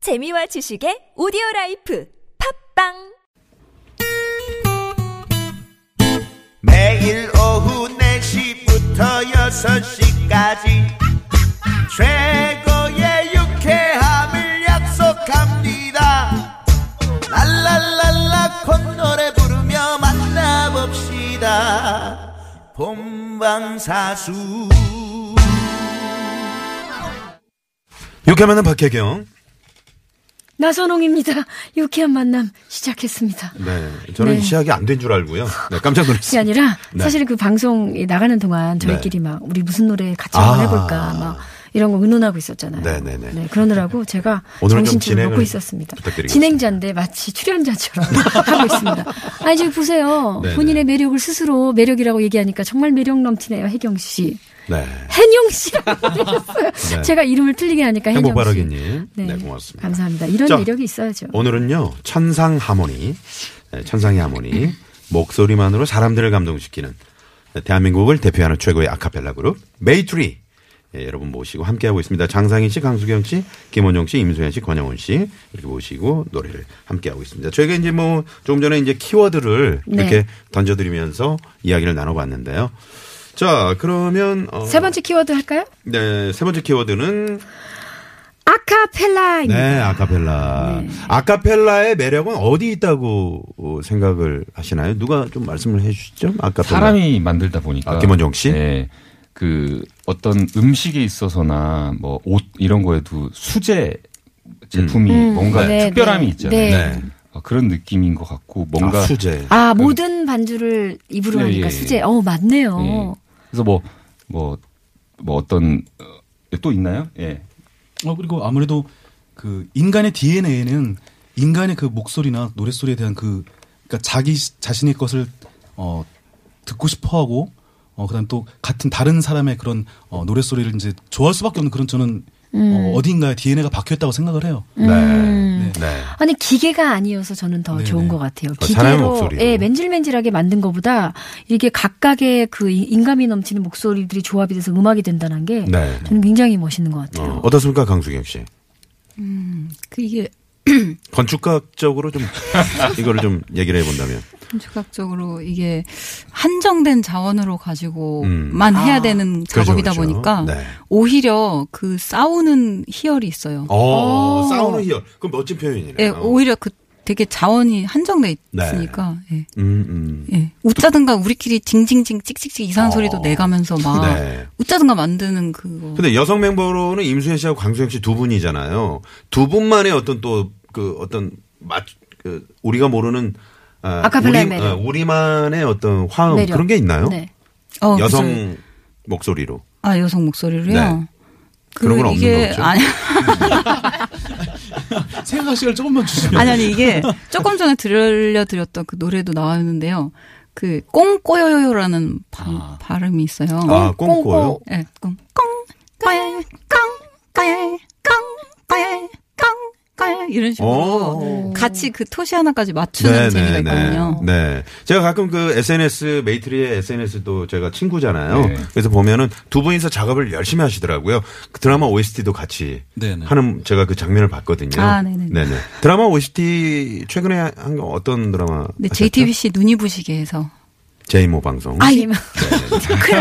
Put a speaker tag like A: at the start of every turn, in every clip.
A: 재미와 지식의 오디오 라이프 팝빵
B: 매일 오후 4시부터 6시까지 최고의 유쾌함을 약속합니다 랄랄랄라 콧노래 부르며 만나봅시다 본방사수
C: 유쾌만은 박혜경.
D: 나선홍입니다. 유쾌한 만남 시작했습니다.
C: 네. 저는
D: 네.
C: 시작이 안 된 줄 알고요. 네, 깜짝
D: 그게
C: 놀랐어요.
D: 아니라
C: 네.
D: 사실 그 방송 나가는 동안 저희끼리 막 우리 무슨 노래 같이
C: 아.
D: 한번 해볼까 막 이런 거 의논하고 있었잖아요.
C: 네네네.
D: 그러느라고 제가
C: 오늘은 좀
D: 정신줄을 놓고
C: 진행을
D: 있었습니다.
C: 부탁드리겠습니다.
D: 진행자인데 마치 출연자처럼 하고 있습니다. 아니 지금 보세요.
C: 네네.
D: 본인의 매력을 스스로 매력이라고 얘기하니까 정말 매력 넘치네요. 혜경 씨.
C: 네.
D: 혜영 씨라고 그랬어요.
C: 네.
D: 제가 이름을 틀리게 하니까 혜영 씨.
C: 행복바라기님. 네, 고맙습니다.
D: 감사합니다. 이런
C: 자,
D: 매력이 있어야죠.
C: 오늘은요, 천상 하모니, 네, 천상의 하모니, 목소리만으로 사람들을 감동시키는 네, 대한민국을 대표하는 최고의 아카펠라 그룹, 메이트리. 예, 여러분 모시고 함께하고 있습니다. 장상희 씨, 강수경 씨, 김원종 씨, 임소연 씨, 권영훈 씨 이렇게 모시고 노래를 함께하고 있습니다. 저희가 이제 뭐 조금 전에 이제 키워드를
D: 네.
C: 이렇게 던져드리면서 이야기를 나눠봤는데요. 자, 그러면 어,
D: 세 번째 키워드 할까요?
C: 네, 세 번째 키워드는
D: 아카펠라입니다.
C: 네, 아카펠라. 아카펠라의 매력은 어디 있다고 생각을 하시나요? 누가 좀 말씀을 해 주시죠? 아카펠라.
E: 사람이 만들다 보니까
C: 아, 김원종 씨?
E: 네. 그 어떤 음식에 있어서나 뭐 옷 이런 거에도 수제 제품이
D: 음,
E: 뭔가
D: 네,
E: 특별함이
D: 네.
E: 있잖아요.
D: 네.
C: 네.
E: 어, 그런 느낌인 것 같고 뭔가
C: 아, 수제.
D: 아, 모든 반주를 입으로
E: 예,
D: 하니까
E: 예,
D: 수제. 어, 맞네요.
E: 예. 그래서 뭐 뭐 뭐 어떤 어, 또 있나요? 예.
F: 어 그리고 아무래도 그 인간의 DNA는 인간의 그 목소리나 노랫 소리에 대한 그 그러니까 자기 시- 자신의 것을 어 듣고 싶어하고 어 그다음 또 같은 다른 사람의 그런 어 노랫 소리를 이제 좋아할 수밖에 없는 그런 저는
G: 음.
F: 어, 어딘가에 DNA가 박혀 있다고 생각을 해요.
D: 음.
C: 네.
D: 아니 기계가 아니어서 저는 더
F: 네네.
D: 좋은 것 같아요.
C: 어, 사람의
D: 기계로
C: 목소리로.
D: 예, 맨질맨질하게 만든 것보다 이게 각각의 그 이- 인간미 넘치는 목소리들이 조합이 돼서 음악이 된다는 게
C: 네.
D: 저는 굉장히 멋있는 것 같아요.
C: 어, 어떻습니까, 강수경 씨?
G: 그 이게
C: 건축학적으로 좀 이거를 좀 얘기를 해 본다면.
G: 건축학적으로 이게 한정된 자원으로 가지고만
C: 음.
G: 해야 되는
C: 그렇죠,
G: 작업이다
C: 그렇죠.
G: 보니까
C: 네.
G: 오히려 그 싸우는 희열이 있어요.
C: 어, 싸우는 희열. 그럼 멋진 표현이네요.
G: 예, 오히려 그 되게 자원이 한정돼
C: 어. 네.
G: 있으니까 예.
C: 음, 음.
G: 예. 웃자든가 우리끼리 징징징 찍찍찍 이상한
C: 어.
G: 소리도 내가면서 막
C: 네.
G: 웃자든가 만드는 그거.
C: 근데 여성 멤버로는 임수현 씨하고 강수영 씨 두 분이잖아요. 두 분만의 어떤 또 그 어떤 맛, 그 우리가 모르는 아,
D: 아카펠라의
C: 우리,
D: 매력.
C: 어, 우리만의 어떤 화음
D: 매력.
C: 아, 그런 게 있나요?
D: 네.
G: 어,
C: 여성
G: 무슨-
C: 목소리로.
G: 아 여성 목소리로요.
C: 네. 그런 건 없는
G: 이게
C: 거죠?
G: 아니
F: 생각할 시간을 조금만 주시면
G: 네. 아니, 아니, 이게 조금 전에 들려드렸던 그 노래도 나왔는데요. 그, 꽁꼬요요라는 바-
E: 아.
G: 발음이 있어요.
C: 아, 꽁꼬요?
G: 예, 꽁, 꽁, 까야, 꽁, 까야, 꽁, 까야, 꽁, 까야, 이런 식으로
C: 오.
G: 같이 그 토시 하나까지 맞추는 재미가 있거든요.
C: 네. 제가 가끔 그 SNS, 메이트리의 SNS도 제가 친구잖아요.
E: 네.
C: 그래서 보면은 두 분이서 작업을 열심히 하시더라고요. 그 드라마 OST도 같이
F: 네, 네.
C: 하는 제가 그 장면을 봤거든요.
G: 아, 네네.
C: 네네. 드라마 OST 최근에 한 거 어떤 드라마?
G: 근데
C: 하셨죠?
G: JTBC 눈이 부시게 해서.
C: 제이모 방송.
D: 아, 예.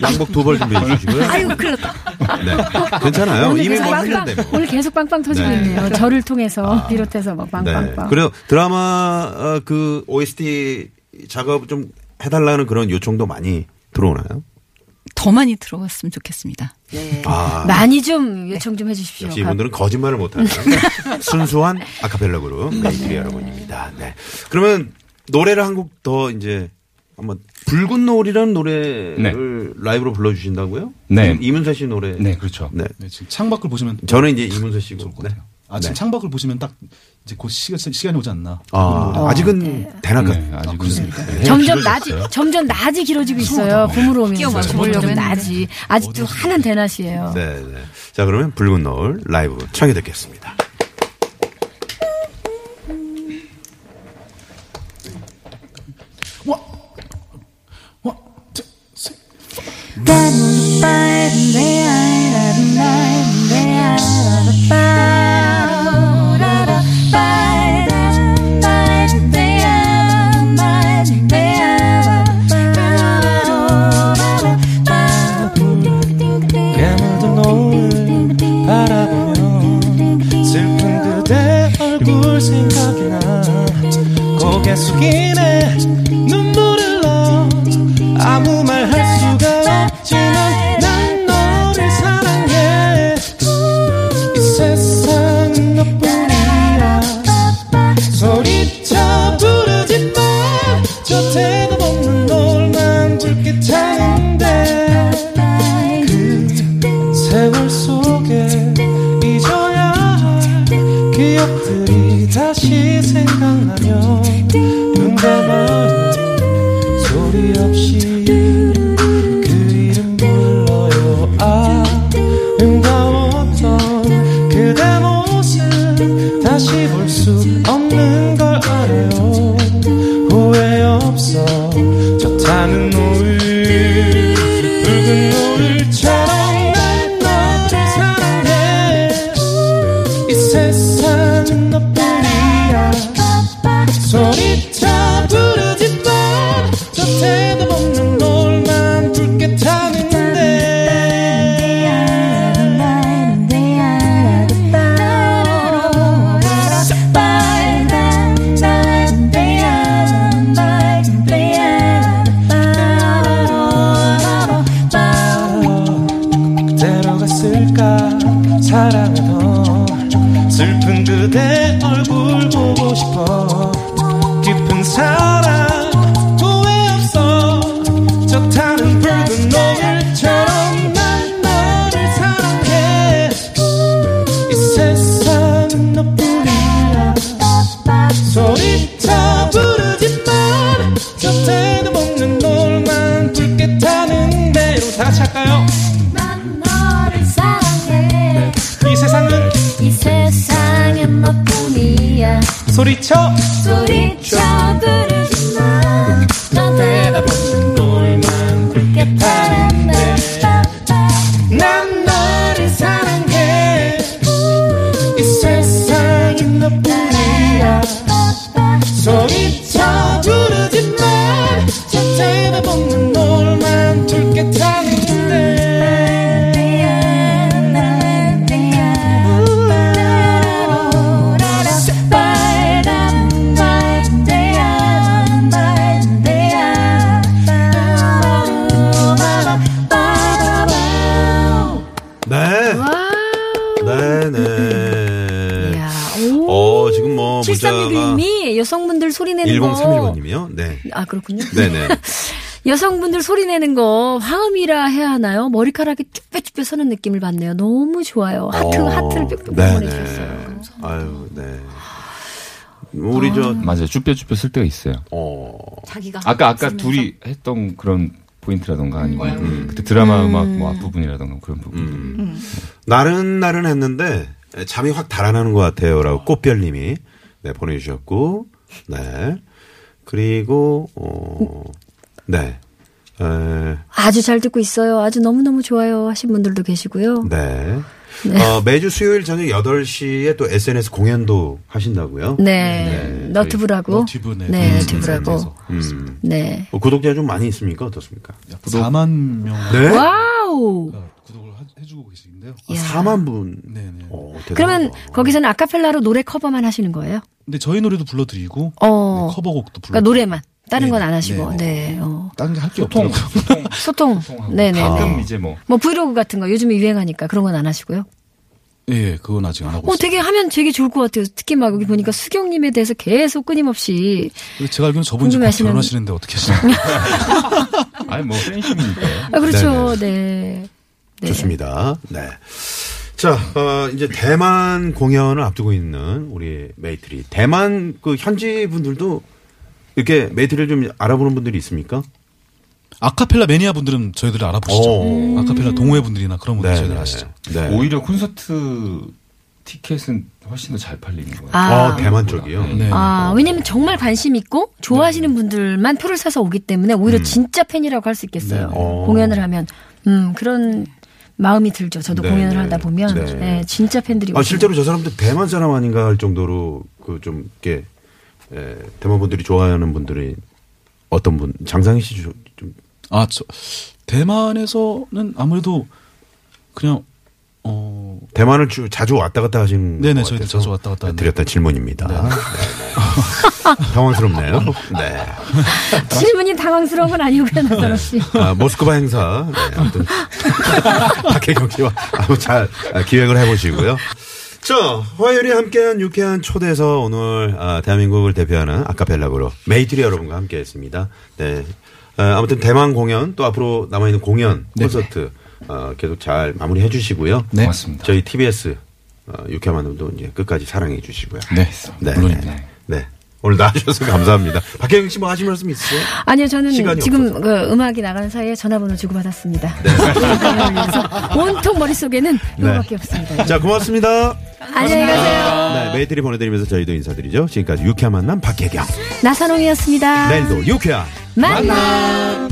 C: 양복 두 벌 준비해 주시고요.
D: 아이고, 큰일 났다.
C: 네. 괜찮아요.
D: 오늘
C: 이미
D: 계속
C: 뭐
D: 빵빵,
C: 했는데 뭐.
D: 오늘 계속 빵빵 터지겠네요. 저를 통해서 비롯해서 막 빵빵빵.
C: 네. 그래서 드라마 어, 그 OST 작업 좀 해달라는 그런 요청도 많이 들어오나요?
G: 더 많이 들어갔으면 좋겠습니다.
C: 아.
D: 많이 좀 요청 좀 해주십시오.
C: 역시 이분들은 거짓말을 못하는 순수한 아카펠라 그룹
D: 네.
C: 메이트리 여러분입니다. 네. 그러면 노래를 한 곡 더 이제 한번 붉은 노을이라는 노래를
E: 네.
C: 라이브로 불러주신다고요?
E: 네.
C: 이문세 씨 노래.
E: 네, 그렇죠.
C: 네.
F: 네, 지금 창밖을 보시면
C: 저는 이제 이문세 씨고.
F: 좋을 것 같아요. 아
C: 네.
F: 지금 창밖을 보시면 딱 이제 곧 시간 시간이 오지 않나.
C: 아, 아직은 대낮 같
E: 네, 아직은 네.
D: 점점 낮이 점점 낮이 길어지고 있어요. 봄으로 오면서
G: 끼워 맞춰보려고
D: 점점
G: 했는데.
D: 낮이 아직도 하는 대낮이에요.
C: 네, 네. 자, 그러면 붉은 노을 라이브 청해 듣겠습니다.
F: 와, 와, 자, 세.
D: 네.
H: 생각이 나 고개 숙이네 눈물을 넣어 아무 말 할 수가 없지만 난 너를 사랑해 이 세상은 너뿐이야 소리쳐 부르지 마 저태도 없는 너만 붉게 차는데 그 세월 속에 잊어야 할 기억들이 다시 생각나며 눈 감아 소리 없이 그 이름 불러요 아름다웠던 그대 모습 다시 볼 수 없는 걸 알아요 후회 없어 저 타는 노을 붉은 노을처럼 난 너를 사랑해 이 세상은 너뿐이야 소리쳐 부르지 마. 저 태도 없는 놀만 붉게 타는데. 그대로 갔을까 사랑하던 슬픈 그대 얼굴 보고 싶어 깊은 사랑 후회 없어 저 타는 붉은 노을처럼 난 너를 사랑해 이 세상은 너뿐이야 소리쳐 부르지 마. 저 태도 먹는 놀만 붉게 타는데. 여러분 다 같이 할까요? 네,
I: 난 너를 사랑해
H: 이 세상은
I: 이 세상엔 너뿐이야
H: 소리쳐
I: 소리쳐 부르지 마 너대답 없는 놀만 굵게 파는데
H: 난 너를 사랑해 이 세상은 너뿐이야 소리쳐 부르지 마 자체가 없는 놀만 둘게 타는데
C: 네.
D: 와.
C: 네, 네.
D: 이야, 오.
C: 어, 지금 뭐 문자가
D: 7361님이 여성분들 소리 내는 거.
C: 1031번님이요. 네.
D: 아, 그렇군요.
C: 네, 네.
D: 여성분들 소리 내는 거 화음이라 해야 하나요? 머리카락이 쭈뼛쭈뼛 서는 느낌을 받네요. 너무 좋아요. 하트,
C: 어,
D: 하트를 뿅뿅
C: 네,
D: 보내주셨어요.
C: 네. 아유, 네. 우리 저
E: 맞아요. 쭈뼛쭈뼛 쓸 때가 있어요.
C: 어.
D: 자기가
E: 아까 아까 둘이 했던 그런 포인트라던가 아니면 그때 드라마 음악 뭐 앞부분이라던가 그런 부분.
C: 음. 나른나른 했는데 잠이 확 달아나는 것 같아요라고 꽃별님이 네, 보내주셨고 네 그리고 어, 어네 에,
D: 아주 잘 듣고 있어요. 아주 너무너무 좋아요. 하신 분들도 계시고요.
C: 네. 어, 매주 수요일 저녁 8시에 또 SNS 공연도 하신다고요?
D: 네. 너튜브라고.
F: 너튜브네.
D: 네,
F: 음,
D: 유튜브라고.
F: 인사해서.
C: 음.
D: 네.
C: 어, 구독자 좀 많이 있습니까? 어떻습니까?
F: 약 4만 명
C: 네?
D: 와우!
F: 아, 구독을 하- 해주고 계시는데요.
C: 아, 4만 분.
F: 네네.
C: 어, 대단하다.
D: 그러면 거기서는 아카펠라로 노래 커버만 하시는 거예요?
F: 근데 저희 노래도 불러드리고
D: 어.
F: 네, 커버곡도 불러.
D: 그러니까 노래만. 다른 건 안
F: 네,
D: 하시고.
F: 네.
D: 네. 어.
F: 다른 게 할 게
E: 소통,
F: 없더라고요.
E: 소통,
D: 소통.
E: 소통하고.
D: 네네.
C: 아.
E: 가끔 이제 뭐
D: 뭐 브이로그 같은 거 요즘에 유행하니까 그런 건 안 하시고요.
F: 예, 그건 아직 안 하고
D: 어,
F: 있어요.
D: 되게 하면 되게 좋을 것 같아요. 특히 막 여기 보니까 수경님에 대해서 계속 끊임없이.
F: 근데 제가 알기로는 저분이 지금
D: 궁금해하시는-
F: 결혼하시는데 어떻게 하시나요?
E: 아니 뭐 팬심이니까요.
D: 아, 그렇죠. 네. 네.
C: 좋습니다. 네. 자, 어, 이제 대만 공연을 앞두고 있는 우리 메이트리. 대만 그 현지 분들도 이렇게 메이트리를 좀 알아보는 분들이 있습니까?
F: 어, 아카펠라 매니아 분들은 저희들을 알아보시죠. 음.
C: 오.
F: 아카펠라 동호회 분들이나 그런 분들 저희들 아시죠.
C: 네.
E: 오히려 콘서트 티켓은 훨씬 더 잘 팔리는 거예요.
C: 아,
D: 아.
C: 대만 쪽이요.
F: 네.
D: 아, 왜냐면 정말 관심 있고
C: 네.
D: 좋아하시는 분들만 표를 사서 오기 때문에 오히려 진짜 팬이라고 할 수 있겠어요.
C: 음. 네. 어.
D: 공연을 하면 음, 그런 마음이 들죠. 저도
C: 네,
D: 공연을
C: 네.
D: 하다 보면
C: 네.
D: 네. 진짜 팬들이
C: 아,
D: 오시는
C: 실제로 저 사람들 대만 사람 아닌가 할 정도로 그 좀 이렇게 에, 대만 분들이 좋아하는 분들이 어떤 분 장상희 씨좀
F: 아, 저, 대만에서는 아무래도 그냥, 어,
C: 대만을 주, 자주 왔다 갔다 하신
F: 네네,
C: 것
F: 저희도
C: 같아서
F: 자주 왔다 갔다
C: 드렸던 질문입니다. 네. 당황스럽네요. 네.
D: 질문이 당황스러운 건 아니고요, 나선호 씨.
C: 아, 모스크바 행사. 네, 아무튼 박혜경 씨와 아무 잘 아, 기획을 해보시고요. 자, 화요일에 함께한 유쾌한 초대에서 오늘 아, 대한민국을 대표하는 아카펠라 그룹 메이트리 여러분과 함께했습니다. 네, 아, 아무튼 대만 공연 또 앞으로 남아 있는 공연
E: 네.
C: 콘서트 어, 계속 잘 마무리해 주시고요.
F: 네.
E: 고맙습니다.
C: 저희 TBS 어, 유쾌한 만남도 이제 끝까지 사랑해 주시고요.
E: 네, 물론입니다.
C: 네. 네. 오늘 나와주셔서 감사합니다. 박혜경 씨 뭐 하실 말씀 있으세요?
D: 아니요, 저는
C: 시간이
D: 지금
C: 없어서. 네.
D: 그 음악이 나가는 사이에 전화번호 주고받았습니다. 그래서 온통 머릿속에는 이거밖에 없습니다.
C: 자, 고맙습니다.
D: 안녕히 가세요.
C: 네, 메이트리 보내드리면서 저희도 인사드리죠. 지금까지 유쾌한 만남 박혜경. 네.
D: 나선홍이었습니다.
C: 내일도 유쾌한
D: 만나!